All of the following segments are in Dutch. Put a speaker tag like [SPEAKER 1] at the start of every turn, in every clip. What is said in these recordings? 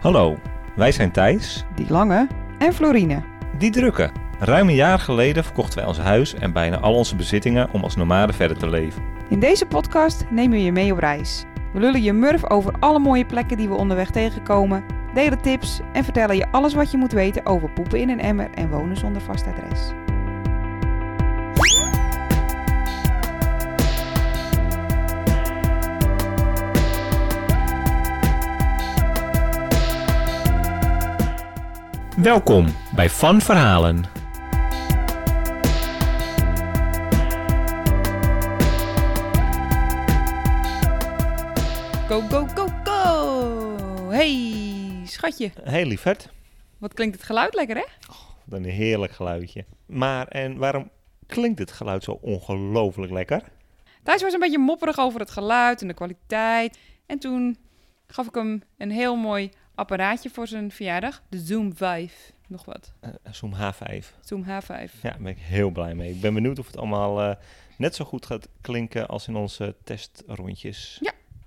[SPEAKER 1] Hallo, wij zijn Thijs,
[SPEAKER 2] Die Lange en Florine.
[SPEAKER 1] die drukke. Ruim een jaar geleden verkochten wij ons huis en bijna al onze bezittingen om als nomaden verder te leven.
[SPEAKER 2] In deze podcast nemen we je mee op reis. We lullen je murf over alle mooie plekken die we onderweg tegenkomen, delen tips en vertellen je alles wat je moet weten over poepen in een emmer en wonen zonder vast adres.
[SPEAKER 1] Welkom bij Van Verhalen.
[SPEAKER 2] Go, go, go, go! Hey, schatje.
[SPEAKER 1] Hey lieverd,
[SPEAKER 2] Wat klinkt het geluid lekker, hè?
[SPEAKER 1] wat een heerlijk geluidje. Maar en waarom klinkt dit geluid zo ongelooflijk lekker?
[SPEAKER 2] Thijs was een beetje mopperig over het geluid en de kwaliteit. En toen gaf ik hem een heel mooi apparaatje voor zijn verjaardag. De Zoom 5. Nog wat.
[SPEAKER 1] Eh, Zoom H5.
[SPEAKER 2] Zoom H5.
[SPEAKER 1] Ja, daar ben ik heel blij mee. Ik ben benieuwd of het allemaal eh, net zo goed gaat klinken als in onze testrondjes.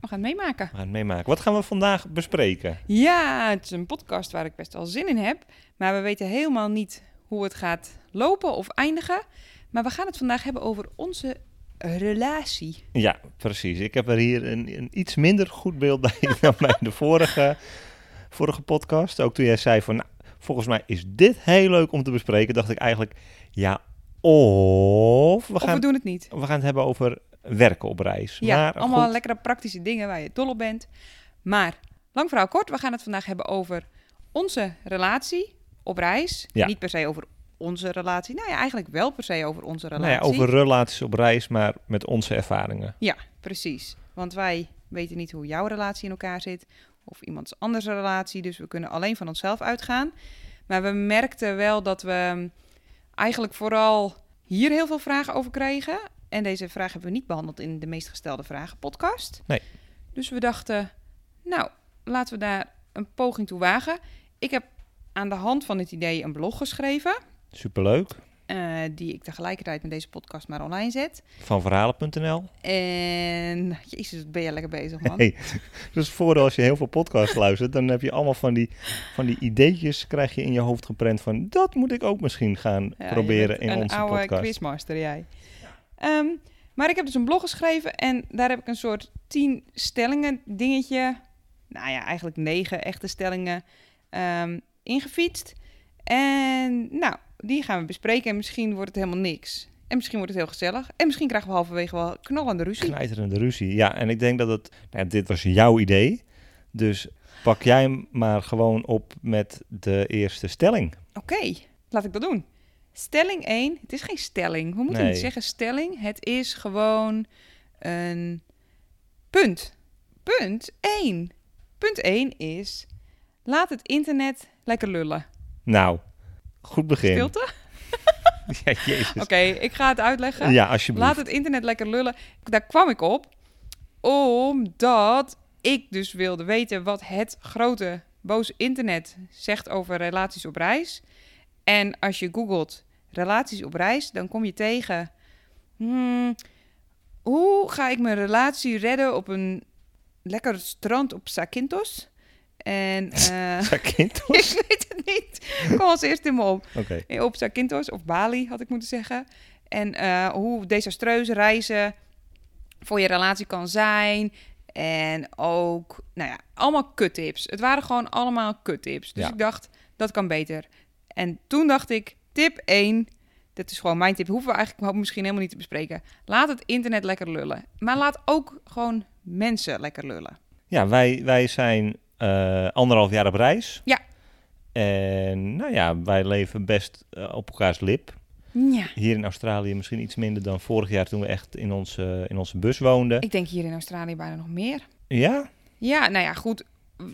[SPEAKER 2] We gaan het meemaken.
[SPEAKER 1] We gaan het meemaken. Wat gaan we vandaag bespreken?
[SPEAKER 2] Ja, het is een podcast waar ik best wel zin in heb. Maar we weten helemaal niet hoe het gaat lopen of eindigen. Maar we gaan het vandaag hebben over onze relatie.
[SPEAKER 1] Ja, precies. Ik heb er hier een, een iets minder goed beeld bij dan bij de vorige, vorige podcast. Ook toen jij zei van, nou, volgens mij is dit heel leuk om te bespreken, dacht ik eigenlijk, ja, of we
[SPEAKER 2] of we
[SPEAKER 1] gaan,
[SPEAKER 2] doen het niet.
[SPEAKER 1] we gaan het hebben over werken op reis.
[SPEAKER 2] Ja,
[SPEAKER 1] maar,
[SPEAKER 2] allemaal
[SPEAKER 1] goed,
[SPEAKER 2] lekkere praktische dingen waar je dol op bent. Maar, lang verhaal kort, we gaan het vandaag hebben over onze relatie op reis.
[SPEAKER 1] Ja.
[SPEAKER 2] Niet per se over onze relatie. Nou ja, eigenlijk wel per se over onze
[SPEAKER 1] nou
[SPEAKER 2] relatie.
[SPEAKER 1] ja, over relaties op reis, maar met onze ervaringen.
[SPEAKER 2] Ja, precies. Want wij weten niet hoe jouw relatie in elkaar zit of iemands anders relatie, dus we kunnen alleen van onszelf uitgaan. Maar we merkten wel dat we mm, eigenlijk vooral hier heel veel vragen over kregen. En deze vraag hebben we niet behandeld in de meest gestelde vragen podcast.
[SPEAKER 1] Nee.
[SPEAKER 2] Dus we dachten, nou, laten we daar een poging toe wagen. Ik heb aan de hand van dit idee een blog geschreven,
[SPEAKER 1] Superleuk.
[SPEAKER 2] eh, die ik tegelijkertijd met deze podcast maar online zet.
[SPEAKER 1] Van verhalen.nl.
[SPEAKER 2] En jezus, wat ben je lekker bezig, man.
[SPEAKER 1] Hey, dus voordeel als je heel veel podcasts luistert, dan heb je allemaal van die, van die ideetjes krijg je in je hoofd geprent van dat moet ik ook misschien gaan
[SPEAKER 2] Ja, je
[SPEAKER 1] proberen
[SPEAKER 2] bent
[SPEAKER 1] in
[SPEAKER 2] een
[SPEAKER 1] onze
[SPEAKER 2] oude
[SPEAKER 1] podcast.
[SPEAKER 2] quizmaster, jij. Ehm, maar ik heb dus een blog geschreven en daar heb ik een soort tien stellingen dingetje... Nou ja, eigenlijk negen echte stellingen ehm, ingefietst. En nou, die gaan we bespreken en misschien wordt het helemaal niks. En misschien wordt het heel gezellig. En misschien krijgen we halverwege wel knallende ruzie.
[SPEAKER 1] Knijterende ruzie. Ja, en ik denk dat het, nou ja, dit was jouw idee, dus pak jij hem maar gewoon op met de eerste stelling.
[SPEAKER 2] Oké, laat ik dat doen. Stelling 1, het is geen stelling. We moeten
[SPEAKER 1] Nee.
[SPEAKER 2] niet zeggen stelling. Het is gewoon een punt. Punt 1. Punt 1 is, laat het internet lekker lullen.
[SPEAKER 1] Nou, goed begin.
[SPEAKER 2] Stilte? Oké,
[SPEAKER 1] Ja, jezus.
[SPEAKER 2] ik ga het uitleggen.
[SPEAKER 1] Ja, alsjeblieft.
[SPEAKER 2] Laat het internet lekker lullen. Daar kwam ik op omdat ik dus wilde weten wat het grote boze internet zegt over relaties op reis. En als je googelt relaties op reis, dan kom je tegen. hmm, hoe ga ik mijn relatie redden op een lekker strand op Sakintos? En eh,
[SPEAKER 1] Zakindel?
[SPEAKER 2] ik weet het niet. Kom als eerste in me op.
[SPEAKER 1] Oké.
[SPEAKER 2] Eh, op Zakynthos of Bali had ik moeten zeggen. En eh, hoe desastreus reizen voor je relatie kan zijn. En ook, nou ja, allemaal kuttips. Het waren gewoon allemaal kuttips. Dus
[SPEAKER 1] Ja.
[SPEAKER 2] ik dacht, dat kan beter. En toen dacht ik, tip 1. Dat is gewoon mijn tip. Hoeven we eigenlijk misschien helemaal niet te bespreken. Laat het internet lekker lullen. Maar laat ook gewoon mensen lekker lullen.
[SPEAKER 1] Ja, wij, wij zijn eh, anderhalf jaar op reis.
[SPEAKER 2] Ja.
[SPEAKER 1] En nou ja, wij leven best eh, op elkaars lip.
[SPEAKER 2] Ja.
[SPEAKER 1] Hier in Australië misschien iets minder dan vorig jaar toen we echt in onze, in onze bus woonden.
[SPEAKER 2] Ik denk hier in Australië bijna nog meer.
[SPEAKER 1] Ja,
[SPEAKER 2] Ja, nou ja, goed.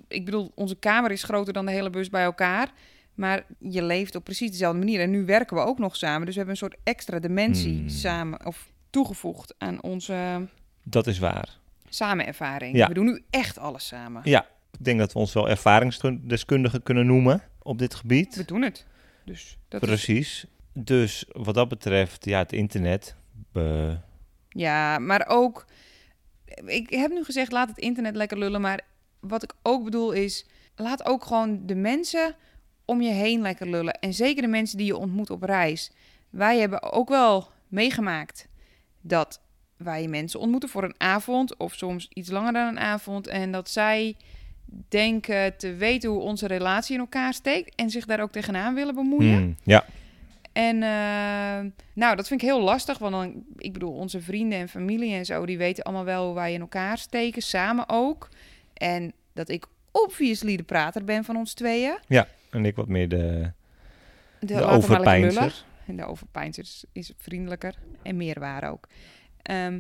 [SPEAKER 2] Ik bedoel, onze kamer is groter dan de hele bus bij elkaar. Maar je leeft op precies dezelfde manier. En nu werken we ook nog samen. Dus we hebben een soort extra dimensie
[SPEAKER 1] Hmm.
[SPEAKER 2] samen of toegevoegd aan onze
[SPEAKER 1] dat is waar.
[SPEAKER 2] samenervaring.
[SPEAKER 1] Ja.
[SPEAKER 2] We doen nu echt alles samen.
[SPEAKER 1] Ja, ik denk dat we ons wel ervaringsdeskundigen kunnen noemen op dit gebied.
[SPEAKER 2] We doen het. Dus dat is...
[SPEAKER 1] Precies. Dus wat dat betreft, ja, het internet. eh,
[SPEAKER 2] Ja, maar ook... Ik heb nu gezegd, laat het internet lekker lullen. Maar wat ik ook bedoel is, laat ook gewoon de mensen om je heen lekker lullen. En zeker de mensen die je ontmoet op reis. Wij hebben ook wel meegemaakt dat wij mensen ontmoeten voor een avond of soms iets langer dan een avond. En dat zij denken te weten hoe onze relatie in elkaar steekt en zich daar ook tegenaan willen bemoeien.
[SPEAKER 1] Hmm, ja.
[SPEAKER 2] En eh, nou, dat vind ik heel lastig, want dan, ik bedoel, onze vrienden en familie en zo, die weten allemaal wel hoe wij in elkaar steken, samen ook. En dat ik obviously de prater ben van ons tweeën.
[SPEAKER 1] En ik wat meer de...
[SPEAKER 2] De,
[SPEAKER 1] De
[SPEAKER 2] laat hem maar lekker
[SPEAKER 1] overpeinzer.
[SPEAKER 2] lullen. En de overpijnser is, is vriendelijker en meer waar ook. Ehm,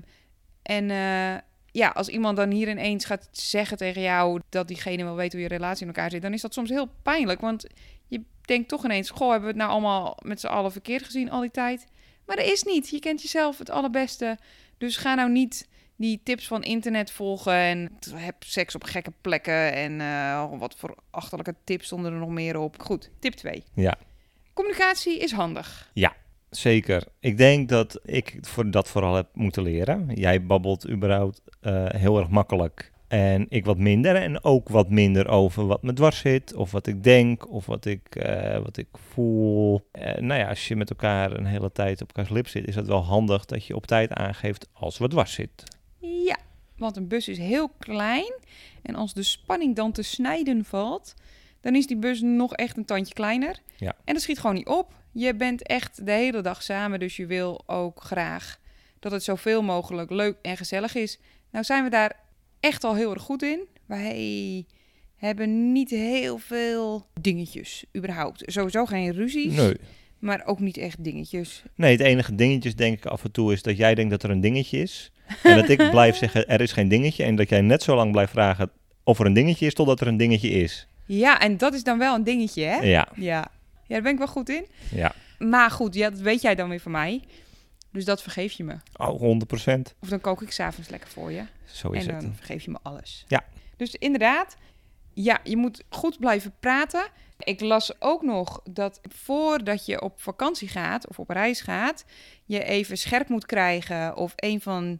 [SPEAKER 2] en eh, ja, als iemand dan hier ineens gaat zeggen tegen jou dat diegene wel weet hoe je relatie in elkaar zit, dan is dat soms heel pijnlijk. Want je denkt toch ineens, goh, hebben we het nou allemaal met z'n allen verkeerd gezien al die tijd? Maar dat is niet. Je kent jezelf het allerbeste. Dus ga nou niet die tips van internet volgen en t- heb seks op gekke plekken en eh, wat voor achterlijke tips stonden er nog meer op. Goed, tip 2.
[SPEAKER 1] Ja,
[SPEAKER 2] Communicatie is handig.
[SPEAKER 1] zeker. Ik denk dat ik voor dat vooral heb moeten leren. Jij babbelt überhaupt eh, heel erg makkelijk. En ik wat minder. En ook wat minder over wat me dwars zit. Of wat ik denk. Of wat ik, eh, wat ik voel. Eh, nou ja, als je met elkaar een hele tijd op elkaars lip zit... is het wel handig dat je op tijd aangeeft als wat dwars zit.
[SPEAKER 2] Ja, want een bus is heel klein. En als de spanning dan te snijden valt, dan is die bus nog echt een tandje kleiner.
[SPEAKER 1] Ja.
[SPEAKER 2] En dat schiet gewoon niet op. Je bent echt de hele dag samen, dus je wil ook graag dat het zoveel mogelijk leuk en gezellig is. Nou zijn we daar echt al heel erg goed in. Wij hebben niet heel veel dingetjes, überhaupt. Sowieso geen ruzies,
[SPEAKER 1] Nee.
[SPEAKER 2] maar ook niet echt dingetjes.
[SPEAKER 1] Nee, het enige dingetjes denk ik af en toe is dat jij denkt dat er een dingetje is. En dat ik blijf zeggen er is geen dingetje. En dat jij net zo lang blijft vragen of er een dingetje is totdat er een dingetje is.
[SPEAKER 2] Ja, en dat is dan wel een dingetje, hè?
[SPEAKER 1] Ja,
[SPEAKER 2] Ja. ja, daar ben ik wel goed in.
[SPEAKER 1] ja.
[SPEAKER 2] Maar goed, ja, dat weet jij dan weer van mij. Dus dat vergeef je me.
[SPEAKER 1] Oh, 100%.
[SPEAKER 2] Of dan kook ik s'avonds lekker voor je.
[SPEAKER 1] Zo is
[SPEAKER 2] En
[SPEAKER 1] het.
[SPEAKER 2] dan vergeef je me alles.
[SPEAKER 1] Ja.
[SPEAKER 2] Dus inderdaad, ja, je moet goed blijven praten. Ik las ook nog dat voordat je op vakantie gaat of op reis gaat, je even scherp moet krijgen of een van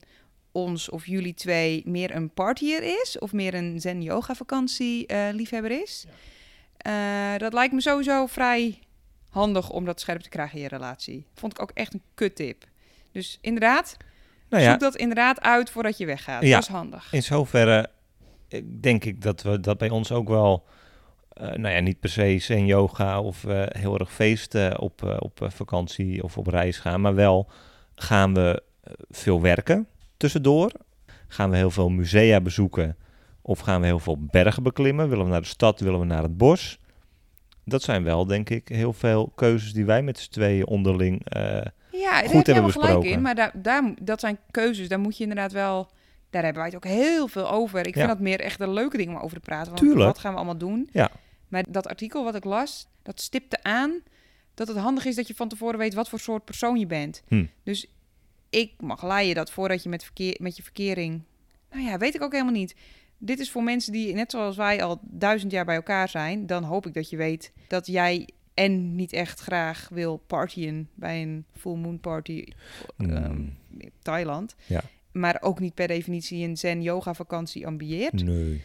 [SPEAKER 2] ons of jullie twee meer een partier is of meer een zen-yoga-vakantie eh, liefhebber is. Eh, dat lijkt me sowieso vrij handig om dat scherp te krijgen in je relatie. Vond ik ook echt een kuttip. Dus inderdaad,
[SPEAKER 1] Nou ja,
[SPEAKER 2] Zoek dat inderdaad uit voordat je weggaat.
[SPEAKER 1] Ja.
[SPEAKER 2] Dat is handig.
[SPEAKER 1] in zoverre eh, denk ik dat we dat bij ons ook wel... eh, nou ja, niet per se zen yoga of eh, heel erg feesten op, eh, op eh, vakantie of op reis gaan. Maar wel gaan we eh, veel werken tussendoor. Gaan we heel veel musea bezoeken. Of gaan we heel veel bergen beklimmen. Willen we naar de stad, willen we naar het bos. Dat zijn wel, denk ik, heel veel keuzes die wij met z'n tweeën onderling... eh,
[SPEAKER 2] Ja, daar
[SPEAKER 1] Goed
[SPEAKER 2] heb je
[SPEAKER 1] hebben
[SPEAKER 2] helemaal
[SPEAKER 1] we
[SPEAKER 2] gelijk
[SPEAKER 1] besproken.
[SPEAKER 2] in. Maar daar, daar, dat zijn keuzes. Daar moet je inderdaad wel... Daar hebben wij het ook heel veel over. Ik vind
[SPEAKER 1] Ja.
[SPEAKER 2] dat meer echt een leuke ding om over te praten. Want
[SPEAKER 1] Tuurlijk.
[SPEAKER 2] wat gaan we allemaal doen?
[SPEAKER 1] Ja.
[SPEAKER 2] Maar dat artikel wat ik las, dat stipte aan... dat het handig is dat je van tevoren weet wat voor soort persoon je bent.
[SPEAKER 1] Hm.
[SPEAKER 2] Dus ik mag laaien dat voordat je met, verkeer, met je verkering... Nou ja, weet ik ook helemaal niet. Dit is voor mensen die, net zoals wij, al duizend jaar bij elkaar zijn. Dan hoop ik dat je weet dat jij en niet echt graag wil partyen bij een full moon party ehm,
[SPEAKER 1] Mm.
[SPEAKER 2] in Thailand.
[SPEAKER 1] Ja.
[SPEAKER 2] Maar ook niet per definitie een zen-yoga-vakantie ambieert.
[SPEAKER 1] nee.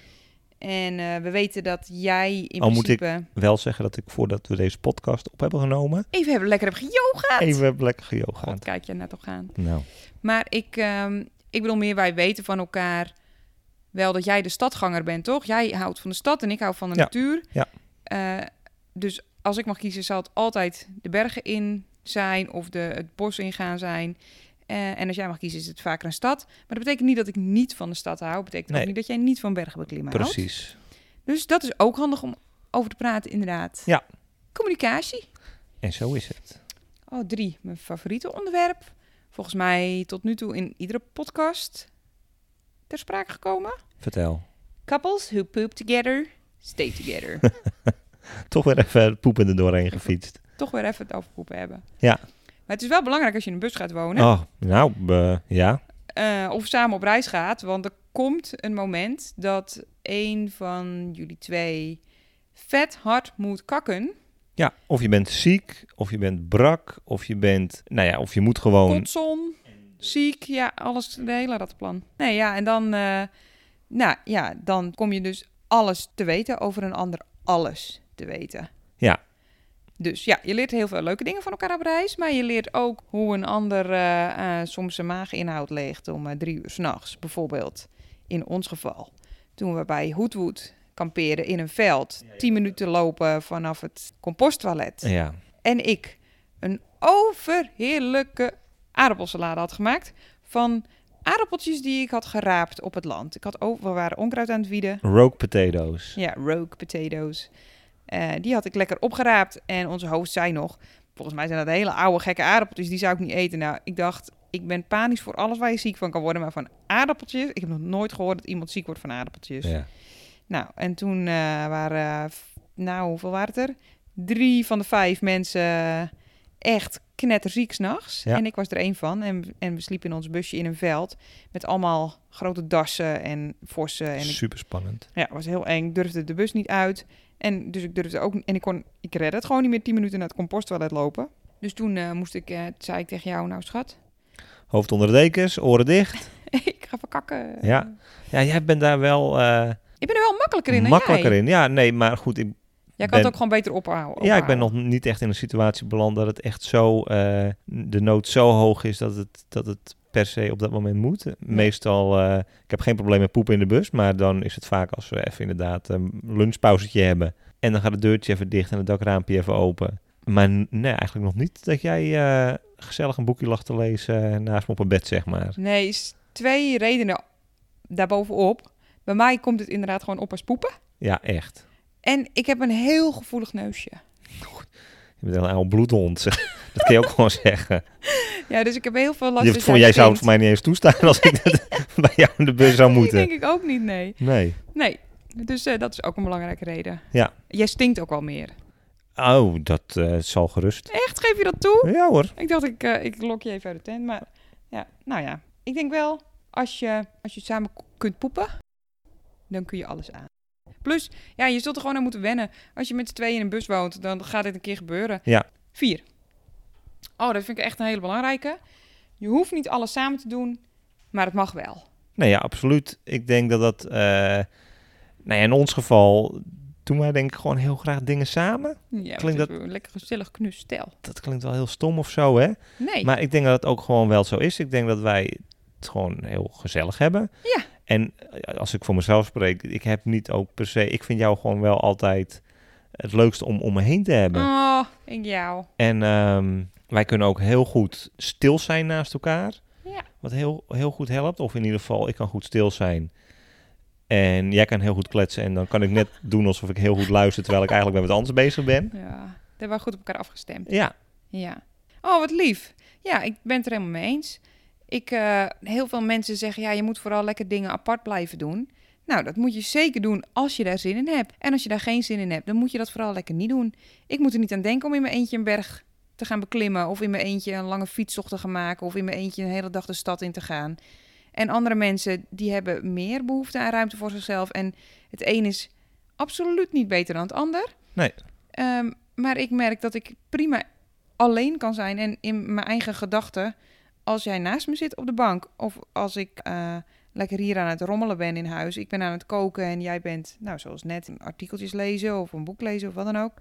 [SPEAKER 2] En eh, we weten dat jij in
[SPEAKER 1] Al moet ik-
[SPEAKER 2] principe
[SPEAKER 1] wel zeggen dat ik voordat we deze podcast op hebben genomen,
[SPEAKER 2] even hebben lekker heb geyogaat.
[SPEAKER 1] even lekker geyogaat.
[SPEAKER 2] God, kijk je net toch aan.
[SPEAKER 1] Nou,
[SPEAKER 2] Maar ik, ehm, ik bedoel meer, wij weten van elkaar wel dat jij de stadganger bent, toch? Jij houdt van de stad en ik hou van de
[SPEAKER 1] Ja,
[SPEAKER 2] natuur.
[SPEAKER 1] ja.
[SPEAKER 2] Eh, dus als ik mag kiezen, zal het altijd de bergen in zijn of de, het bos in gaan zijn. Eh, en als jij mag kiezen, is het vaker een stad. Maar dat betekent niet dat ik niet van de stad hou. Dat betekent ook
[SPEAKER 1] Nee.
[SPEAKER 2] niet dat jij niet van bergen beklimmen houdt.
[SPEAKER 1] precies.
[SPEAKER 2] Dus dat is ook handig om over te praten, inderdaad.
[SPEAKER 1] Ja.
[SPEAKER 2] Communicatie.
[SPEAKER 1] En zo is het.
[SPEAKER 2] Oh, drie. Mijn favoriete onderwerp. Volgens mij tot nu toe in iedere podcast ter sprake gekomen.
[SPEAKER 1] Vertel.
[SPEAKER 2] Couples who poop together, stay together.
[SPEAKER 1] Toch weer even poepende doorheen gefietst.
[SPEAKER 2] Toch weer even het over poepen hebben.
[SPEAKER 1] Ja.
[SPEAKER 2] Maar het is wel belangrijk als je in een bus gaat wonen.
[SPEAKER 1] Oh, nou, eh, ja.
[SPEAKER 2] eh, of samen op reis gaat. Want er komt een moment dat een van jullie twee vet hard moet kakken.
[SPEAKER 1] Ja, of je bent ziek, of je bent brak, of je bent, nou ja, of je moet gewoon.
[SPEAKER 2] Kotson, ziek, ja, alles, de hele rattenplan. Nee, ja, en dan, eh, nou ja, dan kom je dus alles te weten, over een ander alles te weten.
[SPEAKER 1] Ja.
[SPEAKER 2] Dus ja, je leert heel veel leuke dingen van elkaar op reis. Maar je leert ook hoe een ander eh, eh, soms zijn maaginhoud leegt om eh, drie uur s'nachts. Bijvoorbeeld in ons geval. Toen we bij Hoedwood kamperen in een veld. Tien minuten lopen vanaf het composttoilet.
[SPEAKER 1] Ja.
[SPEAKER 2] En ik een overheerlijke aardappelsalade had gemaakt. Van aardappeltjes die ik had geraapt op het land. Ik had over, we waren onkruid aan het wieden.
[SPEAKER 1] Rogue potatoes.
[SPEAKER 2] Ja, rogue potatoes. Eh, die had ik lekker opgeraapt. En onze host zei nog... Volgens mij zijn dat hele oude gekke aardappeltjes. Die zou ik niet eten. Nou, ik dacht... Ik ben panisch voor alles waar je ziek van kan worden. Maar van aardappeltjes... Ik heb nog nooit gehoord dat iemand ziek wordt van aardappeltjes.
[SPEAKER 1] Ja.
[SPEAKER 2] Nou, en toen eh, waren... f- Nou, hoeveel waren het er? Drie van de vijf mensen eh, echt knetterziek s'nachts.
[SPEAKER 1] Ja.
[SPEAKER 2] En ik was er één van. En, en we sliepen in ons busje in een veld... met allemaal grote dassen en vossen. En ik
[SPEAKER 1] Super spannend.
[SPEAKER 2] ja, het was heel eng. Ik durfde de bus niet uit. En dus ik durfde ook En ik kon. Ik redde het gewoon niet meer 10 minuten naar het composttoilet lopen. Dus toen eh, moest ik. eh, zei ik tegen jou, nou schat.
[SPEAKER 1] Hoofd onder de dekens, oren dicht.
[SPEAKER 2] ik ga verkakken.
[SPEAKER 1] Ja. Ja, jij bent daar wel eh,
[SPEAKER 2] Ik ben er wel makkelijker in. dan
[SPEAKER 1] makkelijker
[SPEAKER 2] jij.
[SPEAKER 1] in. Ja, nee, maar goed. Ik,
[SPEAKER 2] Jij kan het
[SPEAKER 1] ben-
[SPEAKER 2] ook gewoon beter ophouden.
[SPEAKER 1] ja, ik ben
[SPEAKER 2] ophouden.
[SPEAKER 1] nog niet echt in een situatie beland dat het echt zo, eh, de nood zo hoog is dat het, dat het per se op dat moment moet. Meestal, eh, ik heb geen probleem met poepen in de bus, maar dan is het vaak als we even inderdaad een lunchpauzetje hebben. En dan gaat het deurtje even dicht en het dakraampje even open. Maar n- nee, eigenlijk nog niet dat jij eh, gezellig een boekje lag te lezen naast me op een bed, zeg maar.
[SPEAKER 2] Nee, is twee redenen daarbovenop. Bij mij komt het inderdaad gewoon op als poepen.
[SPEAKER 1] Ja, echt.
[SPEAKER 2] En ik heb een heel gevoelig neusje.
[SPEAKER 1] Je bent een oude bloedhond. zeg. Dat kun je ook gewoon zeggen.
[SPEAKER 2] Ja, dus ik heb heel veel last
[SPEAKER 1] Je,
[SPEAKER 2] als
[SPEAKER 1] voor, jij zou het
[SPEAKER 2] kind.
[SPEAKER 1] voor mij niet eens toestaan als ik dat bij jou in de bus zou
[SPEAKER 2] Die
[SPEAKER 1] moeten.
[SPEAKER 2] denk ik ook niet, nee.
[SPEAKER 1] Nee.
[SPEAKER 2] Nee, dus eh, dat is ook een belangrijke reden.
[SPEAKER 1] Ja.
[SPEAKER 2] Jij stinkt ook wel meer.
[SPEAKER 1] Oh, dat eh, zal gerust.
[SPEAKER 2] Echt, geef je dat toe?
[SPEAKER 1] Ja hoor.
[SPEAKER 2] Ik dacht, ik, eh, ik lok je even uit de tent. Maar ja, nou ja. Ik denk wel, als je, als je samen k- kunt poepen, dan kun je alles aan. Plus, ja, je zult er gewoon aan moeten wennen. Als je met z'n tweeën in een bus woont, dan gaat dit een keer gebeuren.
[SPEAKER 1] Ja.
[SPEAKER 2] Vier. Oh, dat vind ik echt een hele belangrijke. Je hoeft niet alles samen te doen, maar het mag wel.
[SPEAKER 1] Nee, ja, absoluut. Ik denk dat dat... eh nou ja, in ons geval doen wij denk ik gewoon heel graag dingen samen.
[SPEAKER 2] Ja,
[SPEAKER 1] Klinkt
[SPEAKER 2] dat... Lekker gezellig knustel.
[SPEAKER 1] Dat klinkt wel heel stom of zo, hè?
[SPEAKER 2] Nee.
[SPEAKER 1] Maar ik denk dat het ook gewoon wel zo is. Ik denk dat wij het gewoon heel gezellig hebben.
[SPEAKER 2] Ja.
[SPEAKER 1] En eh, als ik voor mezelf spreek, ik heb niet ook per se... Ik vind jou gewoon wel altijd het leukste om om me heen te hebben.
[SPEAKER 2] Oh, ik jou.
[SPEAKER 1] En ehm, wij kunnen ook heel goed stil zijn naast elkaar.
[SPEAKER 2] Ja.
[SPEAKER 1] Wat heel, heel goed helpt. Of in ieder geval, ik kan goed stil zijn. En jij kan heel goed kletsen. En dan kan ik net doen alsof ik heel goed luister... terwijl ik eigenlijk met wat anders bezig ben.
[SPEAKER 2] Ja, daar hebben we goed op elkaar afgestemd.
[SPEAKER 1] Ja,
[SPEAKER 2] Ja. Oh, wat lief. Ja, ik ben het er helemaal mee eens. Ik, eh, heel veel mensen zeggen, ja, je moet vooral lekker dingen apart blijven doen. Nou, dat moet je zeker doen als je daar zin in hebt. En als je daar geen zin in hebt, dan moet je dat vooral lekker niet doen. Ik moet er niet aan denken om in mijn eentje een berg te gaan beklimmen... of in mijn eentje een lange fietstocht te gaan maken... of in mijn eentje een hele dag de stad in te gaan. En andere mensen, die hebben meer behoefte aan ruimte voor zichzelf. En het een is absoluut niet beter dan het ander.
[SPEAKER 1] Nee.
[SPEAKER 2] Ehm, maar ik merk dat ik prima alleen kan zijn en in mijn eigen gedachten. Als jij naast me zit op de bank of als ik eh, lekker hier aan het rommelen ben in huis, ik ben aan het koken en jij bent, nou zoals net, artikeltjes lezen of een boek lezen of wat dan ook.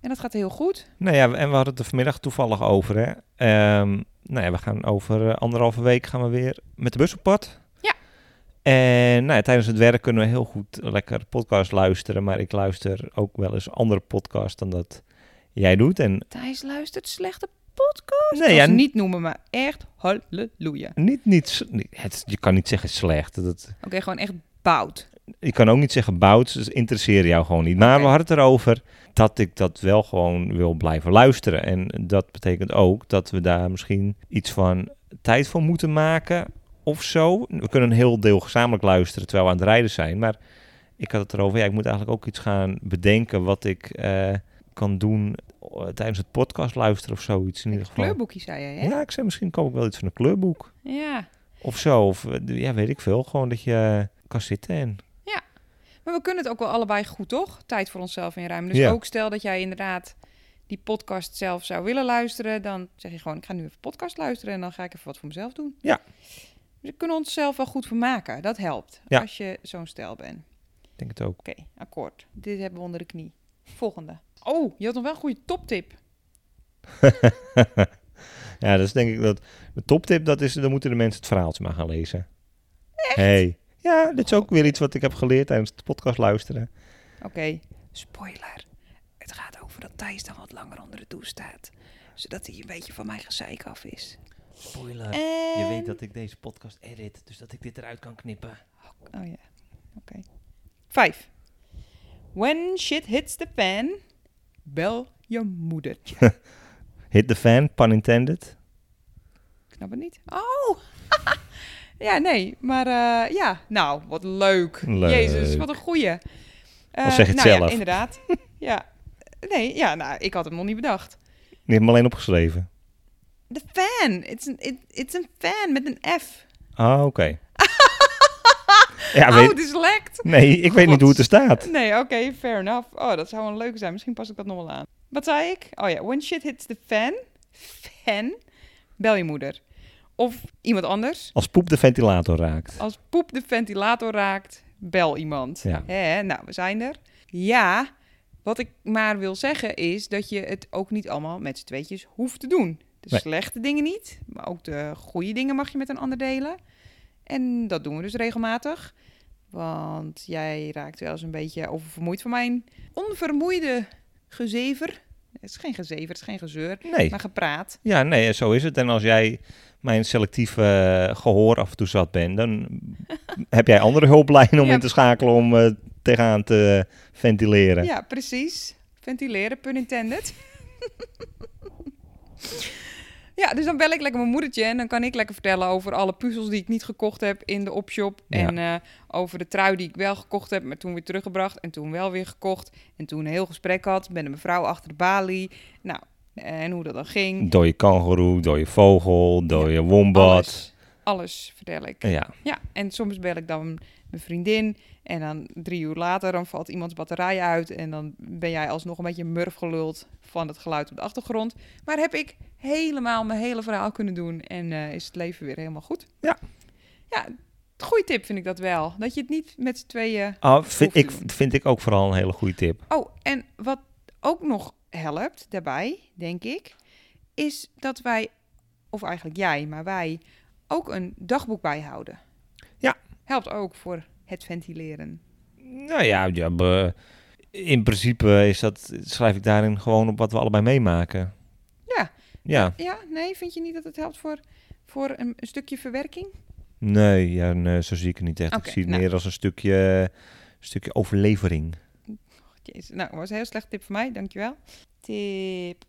[SPEAKER 2] En dat gaat heel goed.
[SPEAKER 1] Nou ja, en we hadden het er vanmiddag toevallig over, hè. Ehm, nou ja, we gaan over eh, anderhalve week gaan we weer met de bus op pad.
[SPEAKER 2] Ja.
[SPEAKER 1] En nou ja, tijdens het werk kunnen we heel goed lekker podcast luisteren. Maar ik luister ook wel eens andere podcasts dan dat jij doet. En
[SPEAKER 2] Thijs luistert slechte podcast.
[SPEAKER 1] nee, ja,
[SPEAKER 2] Als
[SPEAKER 1] niet,
[SPEAKER 2] niet noemen, maar echt halleluja.
[SPEAKER 1] niet, niet, s- niet- het, je kan niet zeggen slecht. Dat,
[SPEAKER 2] Oké, gewoon echt bout.
[SPEAKER 1] je kan ook niet zeggen bout, dus interesseer jou gewoon niet. Maar
[SPEAKER 2] Oké.
[SPEAKER 1] we hadden het erover dat ik dat wel gewoon wil blijven luisteren. En dat betekent ook dat we daar misschien iets van tijd voor moeten maken of zo. We kunnen een heel deel gezamenlijk luisteren terwijl we aan het rijden zijn. Maar ik had het erover, ja, ik moet eigenlijk ook iets gaan bedenken wat ik eh, kan doen eh, tijdens het podcast luisteren of zoiets in ieder geval.
[SPEAKER 2] Kleurboekje zei je, hè?
[SPEAKER 1] Ja, ik zei misschien koop ik wel iets van een kleurboek
[SPEAKER 2] ja.
[SPEAKER 1] of zo. Of eh, ja, weet ik veel. Gewoon dat je kan zitten en...
[SPEAKER 2] Maar we kunnen het ook wel allebei goed, toch? Tijd voor onszelf inruimen. Dus
[SPEAKER 1] Ja.
[SPEAKER 2] ook stel dat jij inderdaad die podcast zelf zou willen luisteren, dan zeg je gewoon: ik ga nu even podcast luisteren en dan ga ik even wat voor mezelf doen.
[SPEAKER 1] Ja.
[SPEAKER 2] Dus we kunnen onszelf wel goed vermaken. Dat helpt
[SPEAKER 1] Ja.
[SPEAKER 2] als je zo'n stijl bent.
[SPEAKER 1] Ik denk het ook.
[SPEAKER 2] Oké, akkoord. Dit hebben we onder de knie. Volgende. Oh, je had nog wel een goede toptip.
[SPEAKER 1] ja, dat is denk ik dat... De toptip, dat is, dan moeten de mensen het verhaaltje maar gaan lezen. Hey. Ja, dit is ook weer iets wat ik heb geleerd tijdens de podcast luisteren.
[SPEAKER 2] Oké. Spoiler. Het gaat over dat Thijs dan wat langer onder de douche staat. Zodat hij een beetje van mijn gezeik af is.
[SPEAKER 3] Spoiler.
[SPEAKER 2] En...
[SPEAKER 3] Je weet dat ik deze podcast edit, dus dat ik dit eruit kan knippen.
[SPEAKER 2] Oh ja, oké. Vijf. When shit hits the fan, bel je moedertje.
[SPEAKER 1] Hit the fan, pun intended.
[SPEAKER 2] Ik snap het niet. Oh! ja, nee, maar eh, ja. Nou, wat leuk.
[SPEAKER 1] Leuk.
[SPEAKER 2] Jezus, wat een goeie. Eh,
[SPEAKER 1] zeg het
[SPEAKER 2] nou
[SPEAKER 1] zelf.
[SPEAKER 2] ja, inderdaad. ja. Nee, ja, nou, ik had hem nog niet bedacht.
[SPEAKER 1] Die heb hem alleen opgeschreven.
[SPEAKER 2] De fan. It's an, it, it's een fan met een F.
[SPEAKER 1] Ah, oké. ja,
[SPEAKER 2] oh,
[SPEAKER 1] Ah, weet...
[SPEAKER 2] het is lekt.
[SPEAKER 1] Nee, ik weet niet hoe het er staat.
[SPEAKER 2] Nee, oké, fair enough. Oh, dat zou een leuke zijn. Misschien pas ik dat nog wel aan. Wat zei ik? Oh ja, when shit hits the fan. Fan. Bel je moeder. Of iemand anders.
[SPEAKER 1] Als poep de ventilator raakt.
[SPEAKER 2] Als poep de ventilator raakt, bel iemand.
[SPEAKER 1] Ja.
[SPEAKER 2] Hè, nou, we zijn er. Ja, wat ik maar wil zeggen is dat je het ook niet allemaal met z'n tweetjes hoeft te doen. De
[SPEAKER 1] Nee.
[SPEAKER 2] slechte dingen niet, maar ook de goede dingen mag je met een ander delen. En dat doen we dus regelmatig. Want jij raakt wel eens een beetje oververmoeid van mijn onvermoeide gezever. Het is geen gezever, het is geen gezeur,
[SPEAKER 1] Nee.
[SPEAKER 2] maar gepraat.
[SPEAKER 1] Ja, nee, zo is het. En als jij mijn selectieve eh, gehoor af en toe zat bent, dan heb jij andere hulplijnen om
[SPEAKER 2] Ja.
[SPEAKER 1] in te schakelen om eh, tegenaan te ventileren.
[SPEAKER 2] Ja, precies. Ventileren, pun intended. ja, dus dan bel ik lekker mijn moedertje en dan kan ik lekker vertellen over alle puzzels die ik niet gekocht heb in de opshop.
[SPEAKER 1] Ja.
[SPEAKER 2] En eh, over de trui die ik wel gekocht heb, maar toen weer teruggebracht en toen wel weer gekocht. En toen een heel gesprek had met een mevrouw achter de balie. Nou, en hoe dat dan ging.
[SPEAKER 1] Door je kangoeroe, door je vogel, door je wombat.
[SPEAKER 2] Alles, alles vertel ik.
[SPEAKER 1] Ja,
[SPEAKER 2] Ja, en soms bel ik dan mijn vriendin. En dan drie uur later dan valt iemands batterij uit. En dan ben jij alsnog een beetje murf geluld van het geluid op de achtergrond. Maar heb ik helemaal mijn hele verhaal kunnen doen. En eh, is het leven weer helemaal goed.
[SPEAKER 1] Ja.
[SPEAKER 2] Ja, goede tip vind ik dat wel. Dat je het niet met z'n tweeën...
[SPEAKER 1] ah, vind,
[SPEAKER 2] Hoeft
[SPEAKER 1] ik,
[SPEAKER 2] u niet.
[SPEAKER 1] vind ik ook vooral een hele goede tip.
[SPEAKER 2] Oh, en wat ook nog helpt daarbij, denk ik... is dat wij, of eigenlijk jij, maar wij... ook een dagboek bijhouden.
[SPEAKER 1] Ja.
[SPEAKER 2] Helpt ook voor het ventileren.
[SPEAKER 1] Nou ja, ja be- in principe is dat, schrijf ik daarin gewoon op wat we allebei meemaken.
[SPEAKER 2] Ja.
[SPEAKER 1] Ja,
[SPEAKER 2] Ja, nee, vind je niet dat het helpt voor, voor een, een stukje verwerking?
[SPEAKER 1] nee, ja, nee, zo zie ik het niet echt.
[SPEAKER 2] Oké,
[SPEAKER 1] ik zie het
[SPEAKER 2] nou.
[SPEAKER 1] meer als een stukje, een stukje overlevering.
[SPEAKER 2] Jezus, nou, was een heel slecht tip voor mij, dankjewel. Tip.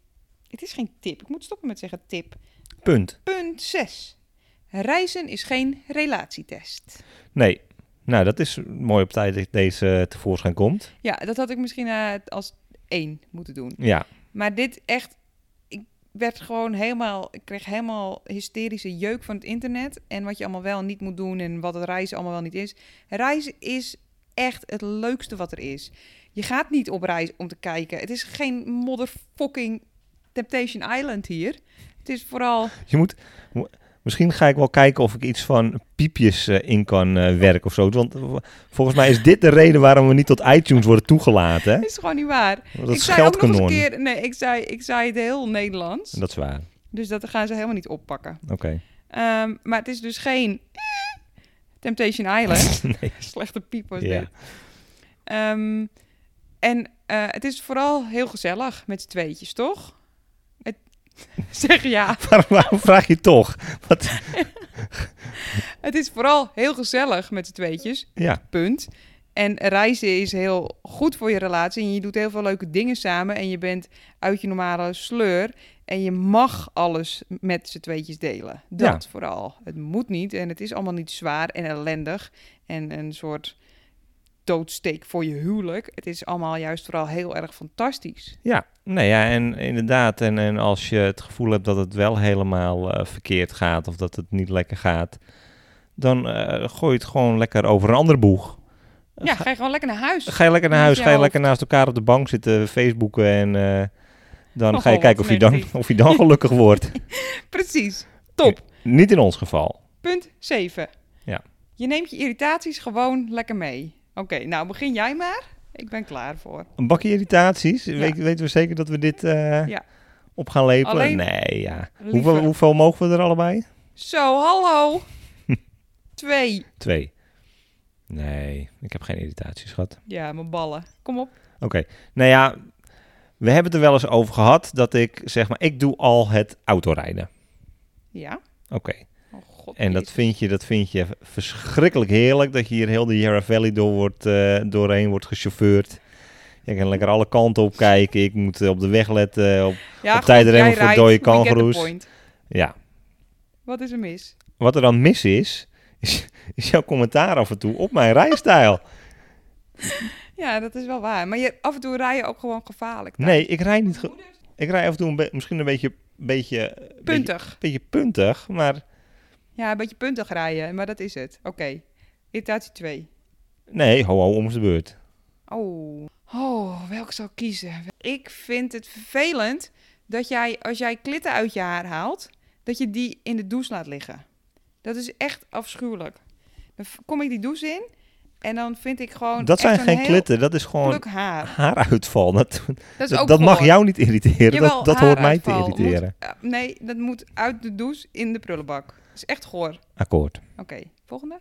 [SPEAKER 2] Het is geen tip, ik moet stoppen met zeggen tip.
[SPEAKER 1] Punt.
[SPEAKER 2] Punt 6. Reizen is geen relatietest.
[SPEAKER 1] Nee. Nou, dat is mooi op tijd dat deze tevoorschijn komt.
[SPEAKER 2] Ja, dat had ik misschien eh, als één moeten doen.
[SPEAKER 1] Ja.
[SPEAKER 2] Maar dit echt, ik werd gewoon helemaal, ik kreeg helemaal hysterische jeuk van het internet. En wat je allemaal wel en niet moet doen en wat het reizen allemaal wel niet is. Reizen is echt het leukste wat er is. Je gaat niet op reis om te kijken. Het is geen motherfucking Temptation Island hier. Het is vooral,
[SPEAKER 1] Je moet... mo- Misschien ga ik wel kijken of ik iets van piepjes eh, in kan eh, werken of zo. Want eh, volgens mij is dit de reden waarom we niet tot iTunes worden toegelaten. Hè?
[SPEAKER 2] het is gewoon niet waar.
[SPEAKER 1] Want Dat
[SPEAKER 2] ik
[SPEAKER 1] is
[SPEAKER 2] zei ook nog eens een
[SPEAKER 1] geldkanon.
[SPEAKER 2] keer, nee, ik zei, ik zei het heel Nederlands.
[SPEAKER 1] Dat is waar.
[SPEAKER 2] Dus dat gaan ze helemaal niet oppakken.
[SPEAKER 1] Oké.
[SPEAKER 2] Ehm, maar het is dus geen eh, Temptation Island.
[SPEAKER 1] Nee.
[SPEAKER 2] Slechte piep was
[SPEAKER 1] Ja.
[SPEAKER 2] dit. Ehm, en eh, het is vooral heel gezellig met z'n tweetjes, toch? Het, zeg ja.
[SPEAKER 1] Waarom, waarom vraag je toch?
[SPEAKER 2] Het is vooral heel gezellig met z'n tweetjes,
[SPEAKER 1] Ja.
[SPEAKER 2] punt. En reizen is heel goed voor je relatie. En je doet heel veel leuke dingen samen. En je bent uit je normale sleur. En je mag alles met z'n tweetjes delen. Dat vooral. Het moet niet. En het is allemaal niet zwaar en ellendig. En een soort doodsteek voor je huwelijk. Het is allemaal juist vooral heel erg fantastisch.
[SPEAKER 1] Ja. Nee, ja, en inderdaad. En, en als je het gevoel hebt dat het wel helemaal eh, verkeerd gaat of dat het niet lekker gaat, dan eh, gooi je het gewoon lekker over een andere boeg.
[SPEAKER 2] Ja, ga je gewoon lekker naar huis.
[SPEAKER 1] Ga je lekker naar
[SPEAKER 2] Met
[SPEAKER 1] huis,
[SPEAKER 2] je
[SPEAKER 1] ga je
[SPEAKER 2] hoofd.
[SPEAKER 1] lekker naast elkaar op de bank zitten, Facebooken en eh, dan
[SPEAKER 2] Oh,
[SPEAKER 1] ga je
[SPEAKER 2] wat
[SPEAKER 1] kijken of je dan,
[SPEAKER 2] negatief.
[SPEAKER 1] of je dan gelukkig wordt.
[SPEAKER 2] Precies. Top.
[SPEAKER 1] Niet in ons geval.
[SPEAKER 2] Punt 7.
[SPEAKER 1] Ja.
[SPEAKER 2] Je neemt je irritaties gewoon lekker mee. Oké, nou begin jij maar. Ik ben klaar voor.
[SPEAKER 1] Een bakje irritaties. Weet- weten we zeker dat we dit eh,
[SPEAKER 2] Ja.
[SPEAKER 1] op gaan lepelen?
[SPEAKER 2] Alleen-
[SPEAKER 1] nee, ja. Hoeveel,
[SPEAKER 2] Liever-
[SPEAKER 1] hoeveel mogen we er allebei?
[SPEAKER 2] Zo, hallo. Twee.
[SPEAKER 1] Twee. Nee, ik heb geen irritaties gehad.
[SPEAKER 2] Ja, mijn ballen. Kom op.
[SPEAKER 1] Oké. Nou ja, we hebben het er wel eens over gehad dat ik zeg maar, ik doe al het autorijden.
[SPEAKER 2] Ja.
[SPEAKER 1] Oké.
[SPEAKER 2] Oh god.
[SPEAKER 1] En dat
[SPEAKER 2] Piet.
[SPEAKER 1] vind je, dat vind je verschrikkelijk heerlijk dat je hier heel de Yarra Valley door wordt, eh, doorheen wordt gechauffeurd. Je kan lekker alle kanten op kijken. Ik moet eh, op de weg letten. Op...
[SPEAKER 2] ja,
[SPEAKER 1] op tijd remmen
[SPEAKER 2] jij
[SPEAKER 1] voor
[SPEAKER 2] rijdt.
[SPEAKER 1] dode
[SPEAKER 2] We get the
[SPEAKER 1] kangoeroes.
[SPEAKER 2] point.
[SPEAKER 1] Ja.
[SPEAKER 2] Wat is er mis?
[SPEAKER 1] Wat er dan mis is, is, is jouw commentaar af en toe op mijn rijstijl.
[SPEAKER 2] Ja, dat is wel waar. Maar je, af en toe rij je ook gewoon gevaarlijk. daar.
[SPEAKER 1] Nee, ik rijd niet. ge- Ik rijd af en toe een be- misschien een beetje, beetje, beetje,
[SPEAKER 2] Puntig.
[SPEAKER 1] beetje puntig, maar
[SPEAKER 2] Ja, een beetje puntig rijden. Maar dat is het. Oké. Irritatie 2.
[SPEAKER 1] nee, ho, ho om de beurt.
[SPEAKER 2] Oh. Oh, welke zal ik kiezen? Ik vind het vervelend dat jij, als jij klitten uit je haar haalt, dat je die in de douche laat liggen. Dat is echt afschuwelijk. Dan v- kom ik die douche in en dan vind ik gewoon.
[SPEAKER 1] Dat zijn
[SPEAKER 2] echt een
[SPEAKER 1] geen
[SPEAKER 2] heel
[SPEAKER 1] klitten, dat is gewoon
[SPEAKER 2] pluk haar.
[SPEAKER 1] haaruitval. Dat,
[SPEAKER 2] Dat, is
[SPEAKER 1] dat,
[SPEAKER 2] ook
[SPEAKER 1] dat mag
[SPEAKER 2] goor.
[SPEAKER 1] jou niet irriteren,
[SPEAKER 2] Jawel,
[SPEAKER 1] dat, dat hoort mij te
[SPEAKER 2] haaruitval moet-
[SPEAKER 1] irriteren.
[SPEAKER 2] eh, nee, dat moet uit de douche in de prullenbak. Dat is echt goor. Oké,
[SPEAKER 1] Akkoord.
[SPEAKER 2] volgende.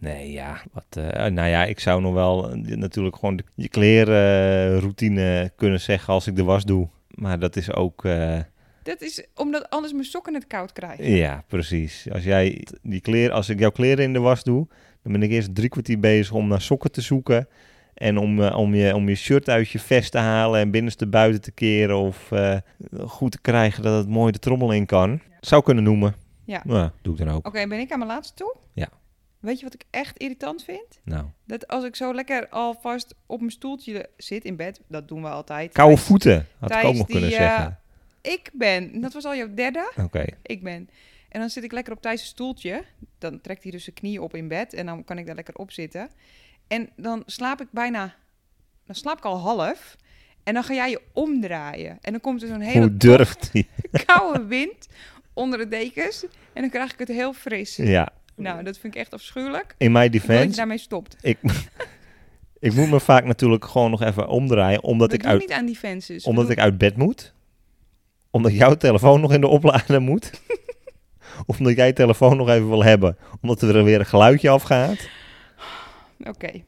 [SPEAKER 1] Nee, ja. Wat, eh, nou ja, ik zou nog wel eh, natuurlijk gewoon de, je klerenroutine kunnen zeggen als ik de was doe. Maar dat is ook... eh,
[SPEAKER 2] Dat is omdat anders mijn sokken het koud krijgen.
[SPEAKER 1] ja, precies. Als, jij die kleren, als ik jouw kleren in de was doe, dan ben ik eerst drie kwartier bezig om naar sokken te zoeken. En om, eh, om, je, om je shirt uit je vest te halen en binnenste buiten te keren. Of eh, goed te krijgen dat het mooi de trommel in kan. Zou kunnen noemen.
[SPEAKER 2] Ja.
[SPEAKER 1] Nou, doe ik dan ook.
[SPEAKER 2] Oké, ben ik aan mijn laatste toe?
[SPEAKER 1] Ja.
[SPEAKER 2] Weet je wat ik echt irritant vind?
[SPEAKER 1] Nou.
[SPEAKER 2] Dat als ik zo lekker alvast op mijn stoeltje zit in bed, dat doen we altijd.
[SPEAKER 1] Koude
[SPEAKER 2] Thijs,
[SPEAKER 1] voeten, had ik ook
[SPEAKER 2] Thijs
[SPEAKER 1] nog kunnen
[SPEAKER 2] die, ah, eh,
[SPEAKER 1] zeggen.
[SPEAKER 2] Ik ben, dat was al jouw derde,
[SPEAKER 1] Oké.
[SPEAKER 2] ik ben. En dan zit ik lekker op Thijs' stoeltje. Dan trekt hij dus zijn knieën op in bed en dan kan ik daar lekker op zitten. En dan slaap ik bijna, dan slaap ik al half. En dan ga jij je omdraaien. En dan komt er zo'n hele
[SPEAKER 1] Hoe durft hij?
[SPEAKER 2] koude wind onder de dekens. En dan krijg ik het heel fris.
[SPEAKER 1] Ja,
[SPEAKER 2] Nou, dat vind ik echt afschuwelijk.
[SPEAKER 1] in mijn
[SPEAKER 2] Ik wil dat je
[SPEAKER 1] defense,
[SPEAKER 2] daarmee stopt.
[SPEAKER 1] ik, ik moet me vaak natuurlijk gewoon nog even omdraaien, omdat,
[SPEAKER 2] We
[SPEAKER 1] ik
[SPEAKER 2] doen
[SPEAKER 1] uit,
[SPEAKER 2] niet aan die dus fences. We
[SPEAKER 1] omdat
[SPEAKER 2] doen-
[SPEAKER 1] ik uit bed moet. Omdat jouw telefoon nog in de oplader moet. Of omdat jij je telefoon nog even wil hebben, omdat er weer een geluidje afgaat.
[SPEAKER 2] Oké.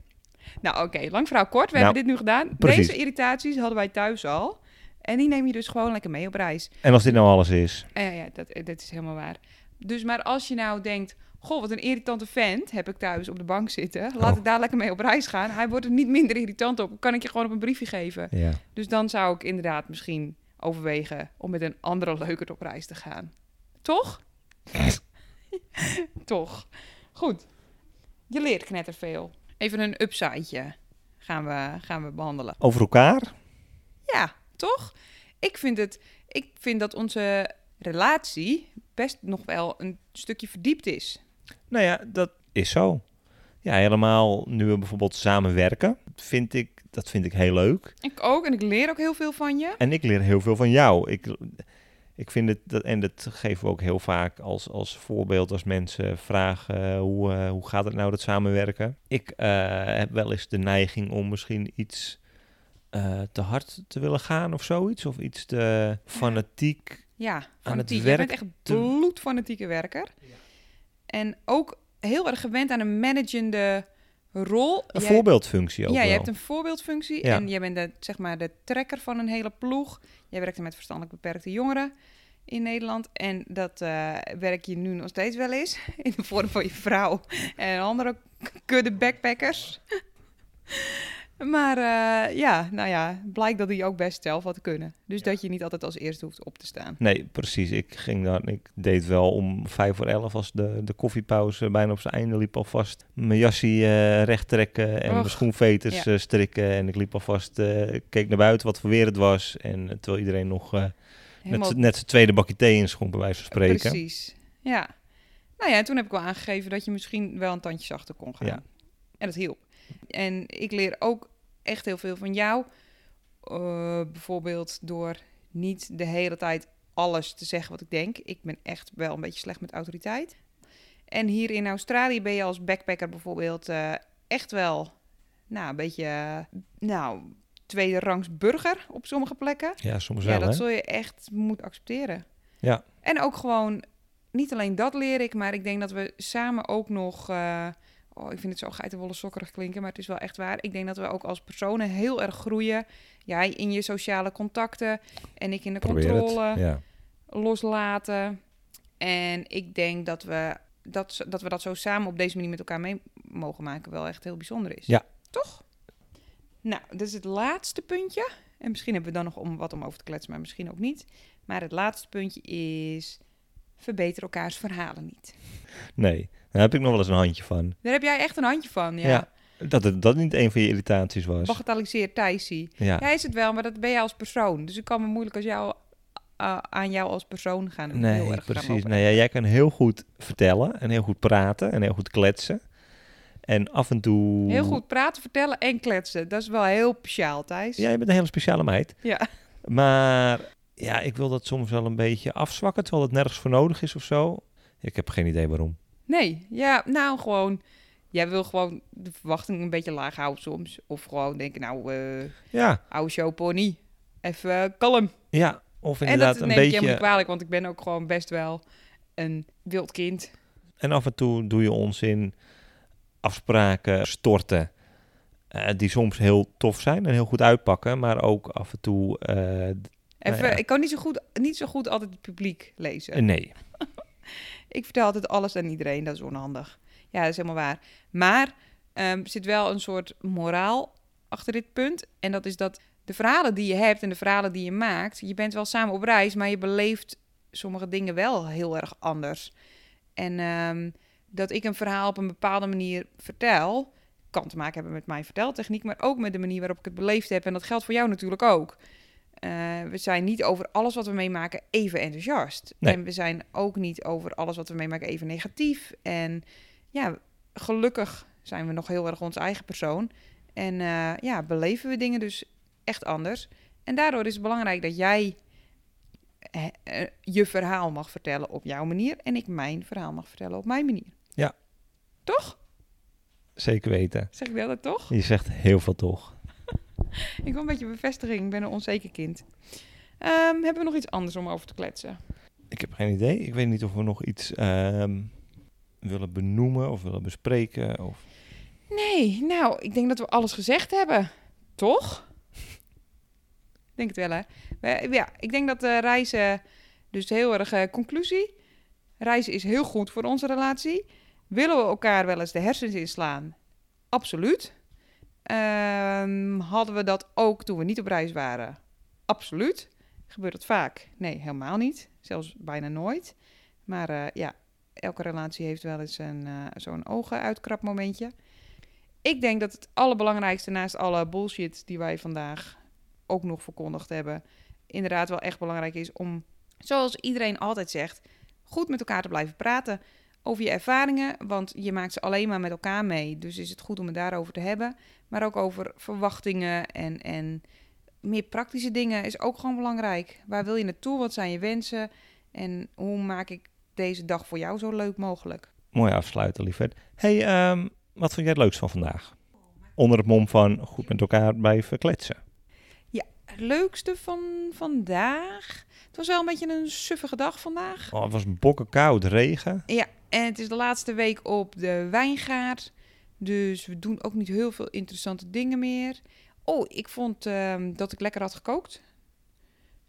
[SPEAKER 2] Nou, oké. Lang verhaal kort. We
[SPEAKER 1] Nou,
[SPEAKER 2] hebben dit nu gedaan.
[SPEAKER 1] precies.
[SPEAKER 2] Deze irritaties hadden wij thuis al. En die neem je dus gewoon lekker mee op reis.
[SPEAKER 1] En als dit nou alles is,
[SPEAKER 2] Eh, ja, dat, eh, dat is helemaal waar. Dus maar als je nou denkt... Goh, wat een irritante vent heb ik thuis op de bank zitten. Laat
[SPEAKER 1] Oh.
[SPEAKER 2] ik daar lekker mee op reis gaan. Hij wordt er niet minder irritant op. Kan ik je gewoon op een briefje geven.
[SPEAKER 1] ja.
[SPEAKER 2] Dus dan zou ik inderdaad misschien overwegen... om met een andere leuker op reis te gaan. Toch? Toch. Goed. Je leert knetterveel. Even een upsideje gaan we, gaan we behandelen.
[SPEAKER 1] over elkaar.
[SPEAKER 2] Ja, toch? Ik vind, het, ik vind dat onze relatie best nog wel een stukje verdiept is.
[SPEAKER 1] Nou ja, dat is zo. Ja, helemaal nu we bijvoorbeeld samenwerken, vind ik, dat vind ik heel leuk.
[SPEAKER 2] Ik ook, en ik leer ook heel veel van je.
[SPEAKER 1] En ik leer heel veel van jou. Ik, ik vind het, dat, en dat geven we ook heel vaak als, als voorbeeld als mensen vragen eh, hoe, eh, hoe gaat het nou dat samenwerken. Ik eh, heb wel eens de neiging om misschien iets eh, te hard te willen gaan of zoiets. Of iets te fanatiek.
[SPEAKER 2] Ja,
[SPEAKER 1] Aan het
[SPEAKER 2] fanatiek. Je
[SPEAKER 1] werk
[SPEAKER 2] bent echt
[SPEAKER 1] te-
[SPEAKER 2] bloedfanatieke werker. En ook heel erg gewend aan een managende rol.
[SPEAKER 1] Een
[SPEAKER 2] Jij-
[SPEAKER 1] voorbeeldfunctie ook
[SPEAKER 2] Ja, je
[SPEAKER 1] wel.
[SPEAKER 2] hebt een voorbeeldfunctie
[SPEAKER 1] Ja.
[SPEAKER 2] en jij bent de, zeg maar de trekker van een hele ploeg. Jij werkte met verstandelijk beperkte jongeren in Nederland en dat eh, werk je nu nog steeds wel eens in de vorm van je vrouw en andere k- kudde backpackers. Maar eh, ja, nou ja, blijkt dat die ook best zelf wat kunnen. Dus dat je niet altijd als eerste hoeft op te staan.
[SPEAKER 1] Nee, precies. Ik ging dan, ik deed wel om vijf voor elf als de, de koffiepauze bijna op zijn einde liep alvast mijn jassie eh, recht trekken en mijn
[SPEAKER 2] Och,
[SPEAKER 1] schoenveters
[SPEAKER 2] ja.
[SPEAKER 1] eh, strikken en ik liep alvast, eh, ik keek naar buiten wat voor weer het was en eh, terwijl iedereen nog eh, net,
[SPEAKER 2] Helemaal
[SPEAKER 1] z'n- net zijn tweede bakje thee in schoen bij wijze van spreken.
[SPEAKER 2] Precies, ja. Nou ja, toen heb ik wel aangegeven dat je misschien wel een tandje zachter kon gaan.
[SPEAKER 1] Ja.
[SPEAKER 2] En dat hielp. En ik leer ook echt heel veel van jou. Eh, bijvoorbeeld door niet de hele tijd alles te zeggen wat ik denk. Ik ben echt wel een beetje slecht met autoriteit. En hier in Australië ben je als backpacker bijvoorbeeld eh, echt wel nou, een beetje, eh, nou, tweede rangs burger op sommige plekken.
[SPEAKER 1] Ja, soms
[SPEAKER 2] Ja,
[SPEAKER 1] wel,
[SPEAKER 2] dat
[SPEAKER 1] hè?
[SPEAKER 2] zul je echt moeten accepteren.
[SPEAKER 1] Ja.
[SPEAKER 2] En ook gewoon, niet alleen dat leer ik, maar ik denk dat we samen ook nog... eh, oh, ik vind het zo geitenwolle sokkerig klinken, maar het is wel echt waar. Ik denk dat we ook als personen heel erg groeien. Jij in je sociale contacten en ik in de
[SPEAKER 1] Probeer het.
[SPEAKER 2] controle
[SPEAKER 1] Ja.
[SPEAKER 2] loslaten. En ik denk dat we dat, zo- dat we dat zo samen op deze manier met elkaar mee mogen maken wel echt heel bijzonder is.
[SPEAKER 1] Ja.
[SPEAKER 2] Toch? Nou, dat is het laatste puntje. En misschien hebben we dan nog om, wat om over te kletsen, maar misschien ook niet. Maar het laatste puntje is... Verbeter elkaars verhalen niet.
[SPEAKER 1] Nee, daar heb ik nog wel eens een handje van.
[SPEAKER 2] Daar heb jij echt een handje van, ja.
[SPEAKER 1] Ja. Dat het dat niet een van je irritaties was.
[SPEAKER 2] Bagatelliseer Thijsie.
[SPEAKER 1] Ja.
[SPEAKER 2] Jij is het wel, maar dat ben jij als persoon. Dus ik kan me moeilijk als jou, eh, aan jou als persoon gaan heel
[SPEAKER 1] Nee,
[SPEAKER 2] erg gaan
[SPEAKER 1] precies.
[SPEAKER 2] over-
[SPEAKER 1] Nou ja, jij kan heel goed vertellen en heel goed praten en heel goed kletsen. En af en toe...
[SPEAKER 2] Heel goed praten, vertellen en kletsen. Dat is wel heel speciaal, Thijs.
[SPEAKER 1] Ja, je bent een hele speciale meid.
[SPEAKER 2] Ja.
[SPEAKER 1] Maar ja, ik wil dat soms wel een beetje afzwakken, terwijl het nergens voor nodig is of zo. Ik heb geen idee waarom.
[SPEAKER 2] Nee, ja, nou gewoon... Jij wil gewoon de verwachting een beetje laag houden soms. Of gewoon denken, nou, eh
[SPEAKER 1] Ja,
[SPEAKER 2] oude showpony, even eh, kalm.
[SPEAKER 1] ja. Of
[SPEAKER 2] en dat
[SPEAKER 1] inderdaad
[SPEAKER 2] neem
[SPEAKER 1] een
[SPEAKER 2] ik je helemaal niet
[SPEAKER 1] beetje...
[SPEAKER 2] kwalijk, want ik ben ook gewoon best wel een wild kind.
[SPEAKER 1] En af en toe doe je ons in afspraken storten. eh, die soms heel tof zijn en heel goed uitpakken. Maar ook af en toe... eh,
[SPEAKER 2] Even,
[SPEAKER 1] Nou ja.
[SPEAKER 2] Ik kan niet zo, goed, niet zo goed altijd het publiek lezen.
[SPEAKER 1] nee.
[SPEAKER 2] Ik vertel altijd alles aan iedereen, dat is onhandig. Ja, dat is helemaal waar. Maar ehm, er zit wel een soort moraal achter dit punt. En dat is dat de verhalen die je hebt en de verhalen die je maakt... je bent wel samen op reis, maar je beleeft sommige dingen wel heel erg anders. En ehm, dat ik een verhaal op een bepaalde manier vertel... kan te maken hebben met mijn verteltechniek... maar ook met de manier waarop ik het beleefd heb. En dat geldt voor jou natuurlijk ook. Eh, we zijn niet over alles wat we meemaken even enthousiast.
[SPEAKER 1] Nee.
[SPEAKER 2] En we zijn ook niet over alles wat we meemaken even negatief. En ja, gelukkig zijn we nog heel erg ons eigen persoon. En eh, ja, beleven we dingen dus echt anders. En daardoor is het belangrijk dat jij eh, eh, je verhaal mag vertellen op jouw manier. En ik mijn verhaal mag vertellen op mijn manier.
[SPEAKER 1] Ja.
[SPEAKER 2] Toch?
[SPEAKER 1] Zeker weten.
[SPEAKER 2] Zeg ik wel dat toch?
[SPEAKER 1] Je zegt heel veel toch.
[SPEAKER 2] Ik wil een beetje bevestiging. Ik ben een onzeker kind. Ehm, hebben we nog iets anders om over te kletsen?
[SPEAKER 1] Ik heb geen idee. Ik weet niet of we nog iets ehm, willen benoemen of willen bespreken. Of...
[SPEAKER 2] Nee, nou, ik denk dat we alles gezegd hebben. Toch? Ik denk het wel, hè? We- Ja, ik denk dat eh, reizen... Dus heel erg eh, conclusie. Reizen is heel goed voor onze relatie. Willen we elkaar wel eens de hersens inslaan? Absoluut. Ehm, hadden we dat ook toen we niet op reis waren? Absoluut. Gebeurt dat vaak? Nee, helemaal niet. Zelfs bijna nooit. Maar eh, ja, elke relatie heeft wel eens een, eh, zo'n ogenuitkrapmomentje. Ik denk dat het allerbelangrijkste naast alle bullshit die wij vandaag ook nog verkondigd hebben, inderdaad wel echt belangrijk is om, zoals iedereen altijd zegt, goed met elkaar te blijven praten over je ervaringen, want je maakt ze alleen maar met elkaar mee. Dus is het goed om het daarover te hebben, maar ook over verwachtingen en, en meer praktische dingen is ook gewoon belangrijk. Waar wil je naartoe? Wat zijn je wensen? En hoe maak ik deze dag voor jou zo leuk mogelijk?
[SPEAKER 1] Mooi afsluiten, lieverd. hey, ehm, wat vond jij het leukst van vandaag? Onder het mom van goed met elkaar blijven kletsen.
[SPEAKER 2] Het leukste van vandaag. Het was wel een beetje een suffige dag vandaag.
[SPEAKER 1] Oh, het was bokken koud, regen.
[SPEAKER 2] Ja, en het is de laatste week op de wijngaard. Dus we doen ook niet heel veel interessante dingen meer. Oh, ik vond ehm, dat ik lekker had gekookt.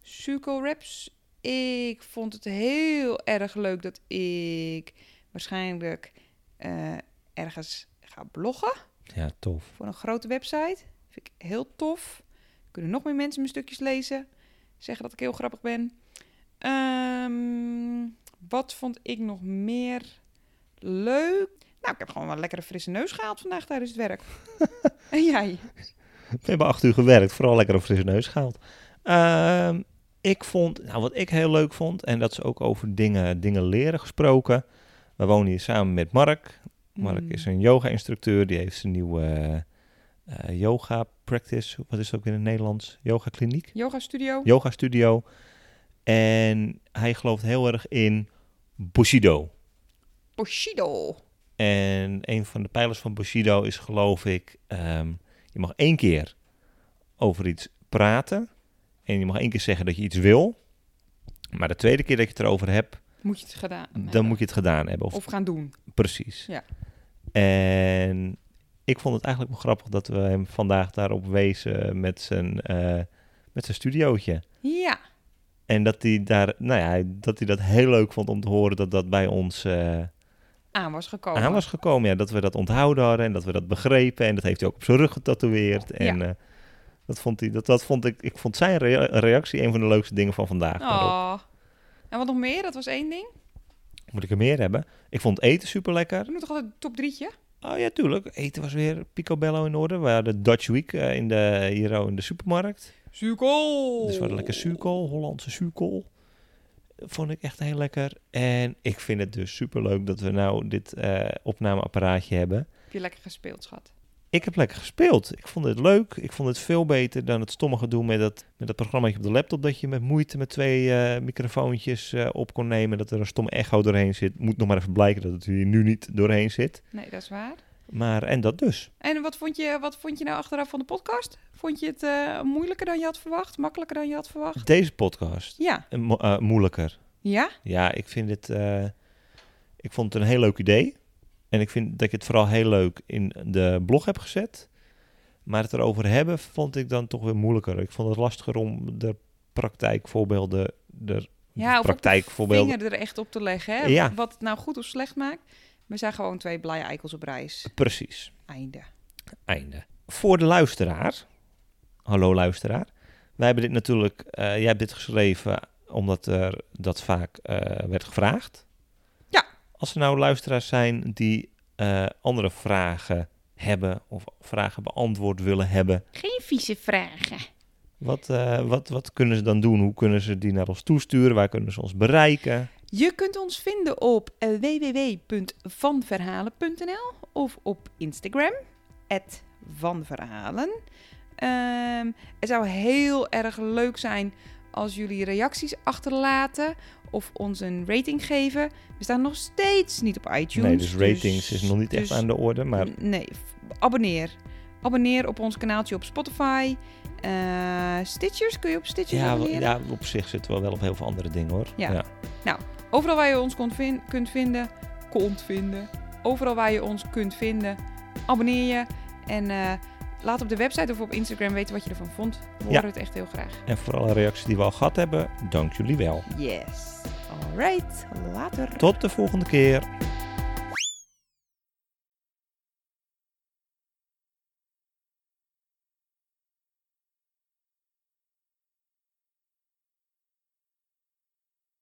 [SPEAKER 2] Suco wraps. Ik vond het heel erg leuk dat ik waarschijnlijk eh, ergens ga bloggen
[SPEAKER 1] Ja, tof.
[SPEAKER 2] voor een grote website. Vind ik heel tof. Kunnen nog meer mensen mijn stukjes lezen. Zeggen dat ik heel grappig ben. Ehm, wat vond ik nog meer leuk? Nou, ik heb gewoon wel een lekkere frisse neus gehaald vandaag tijdens het werk. en jij?
[SPEAKER 1] We hebben acht uur gewerkt, vooral lekker een frisse neus gehaald. Ehm, ik vond, nou wat ik heel leuk vond, en dat is ook over dingen, dingen leren gesproken. We wonen hier samen met Mark. Mark
[SPEAKER 2] Mm.
[SPEAKER 1] is een yoga-instructeur, die heeft zijn nieuwe eh, eh, yoga-practice, wat is dat ook in het Nederlands? Yoga-kliniek?
[SPEAKER 2] Yoga studio.
[SPEAKER 1] Yoga-studio. En hij gelooft heel erg in Bushido.
[SPEAKER 2] Bushido.
[SPEAKER 1] En een van de pijlers van Bushido is geloof ik ehm, Je mag één keer over iets praten. En je mag één keer zeggen dat je iets wil. Maar de tweede keer dat je het erover hebt,
[SPEAKER 2] Moet je het gedaan
[SPEAKER 1] dan moet je het gedaan hebben. Of,
[SPEAKER 2] Of gaan doen.
[SPEAKER 1] precies.
[SPEAKER 2] Ja.
[SPEAKER 1] En ik vond het eigenlijk wel grappig dat we hem vandaag daarop wezen met zijn, eh, met zijn studiootje.
[SPEAKER 2] Ja.
[SPEAKER 1] En dat hij, daar, nou ja, dat hij dat heel leuk vond om te horen dat dat bij ons eh,
[SPEAKER 2] Aan was gekomen.
[SPEAKER 1] aan was gekomen. Ja, dat we dat onthouden hadden en dat we dat begrepen. En dat heeft hij ook op zijn rug getatoeëerd. En eh, dat vond hij, dat, dat vond ik, ik vond zijn rea- reactie een van de leukste dingen van vandaag. daarop.
[SPEAKER 2] Oh. En wat nog meer? Dat was één ding.
[SPEAKER 1] Moet ik er meer hebben? Ik vond eten super lekker.
[SPEAKER 2] We moeten toch altijd een top drietje?
[SPEAKER 1] Oh ja, tuurlijk. Eten was weer picobello in orde. We hadden Dutch Week eh, in de, hier ook in de supermarkt.
[SPEAKER 2] Zuurkool!
[SPEAKER 1] Dus we hadden lekker zuurkool, Hollandse zuurkool. Vond ik echt heel lekker. En ik vind het dus superleuk dat we nou dit eh, opnameapparaatje hebben.
[SPEAKER 2] Heb je lekker gespeeld, schat.
[SPEAKER 1] Ik heb lekker gespeeld. Ik vond het leuk. Ik vond het veel beter dan het stomme gedoe met dat, met dat programmaatje op de laptop. Dat je met moeite met twee eh, microfoontjes eh, op kon nemen. Dat er een stom echo doorheen zit. Moet nog maar even blijken dat het hier nu niet doorheen zit.
[SPEAKER 2] Nee, dat is waar.
[SPEAKER 1] Maar en dat dus.
[SPEAKER 2] En wat vond je, wat vond je nou achteraf van de podcast? Vond je het eh, moeilijker dan je had verwacht? Makkelijker dan je had verwacht?
[SPEAKER 1] Deze podcast.
[SPEAKER 2] Ja.
[SPEAKER 1] eh, mo- eh, moeilijker.
[SPEAKER 2] Ja?
[SPEAKER 1] Ja, ik vind het. eh, ik vond het een heel leuk idee. En ik vind dat ik het vooral heel leuk in de blog heb gezet. Maar het erover hebben vond ik dan toch weer moeilijker. Ik vond het lastiger om de praktijkvoorbeelden. De
[SPEAKER 2] Ja, of ook de
[SPEAKER 1] praktijkvoorbeelden.
[SPEAKER 2] vinger er echt op te leggen, hè?
[SPEAKER 1] Ja.
[SPEAKER 2] Wat het nou goed of slecht maakt. We zijn gewoon twee blije eikels op reis.
[SPEAKER 1] Precies.
[SPEAKER 2] Einde.
[SPEAKER 1] Einde. Voor de luisteraar. Hallo luisteraar. Wij hebben dit natuurlijk. eh, jij hebt dit geschreven omdat er dat vaak eh, werd gevraagd.
[SPEAKER 2] Ja.
[SPEAKER 1] Als er nou luisteraars zijn die eh, andere vragen hebben of vragen beantwoord willen hebben,
[SPEAKER 2] Geen vieze vragen.
[SPEAKER 1] wat, eh, wat, wat kunnen ze dan doen? Hoe kunnen ze die naar ons toesturen? Waar kunnen ze ons bereiken?
[SPEAKER 2] Je kunt ons vinden op eh, www.vanverhalen.nl of op Instagram, vanverhalen. Ehm, het zou heel erg leuk zijn als jullie reacties achterlaten of ons een rating geven. We staan nog steeds niet op iTunes.
[SPEAKER 1] nee, dus ratings is nog niet echt
[SPEAKER 2] dus-
[SPEAKER 1] aan de orde, maar
[SPEAKER 2] N- Nee, f- abonneer. Abonneer op ons kanaaltje op Spotify. Eh, Stitchers, kun je op Stitchers
[SPEAKER 1] ja, wel-
[SPEAKER 2] abonneren?
[SPEAKER 1] ja, op zich zitten we wel op heel veel andere dingen hoor.
[SPEAKER 2] Ja. Overal waar je ons kon vin- kunt vinden, kunt vinden. Overal waar je ons kunt vinden, abonneer je. En eh, laat op de website of op Instagram weten wat je ervan vond. We horen
[SPEAKER 1] Ja.
[SPEAKER 2] het echt heel graag.
[SPEAKER 1] En voor alle reacties die we al gehad hebben, dank jullie wel.
[SPEAKER 2] Yes. Alright, later.
[SPEAKER 1] Tot de volgende keer.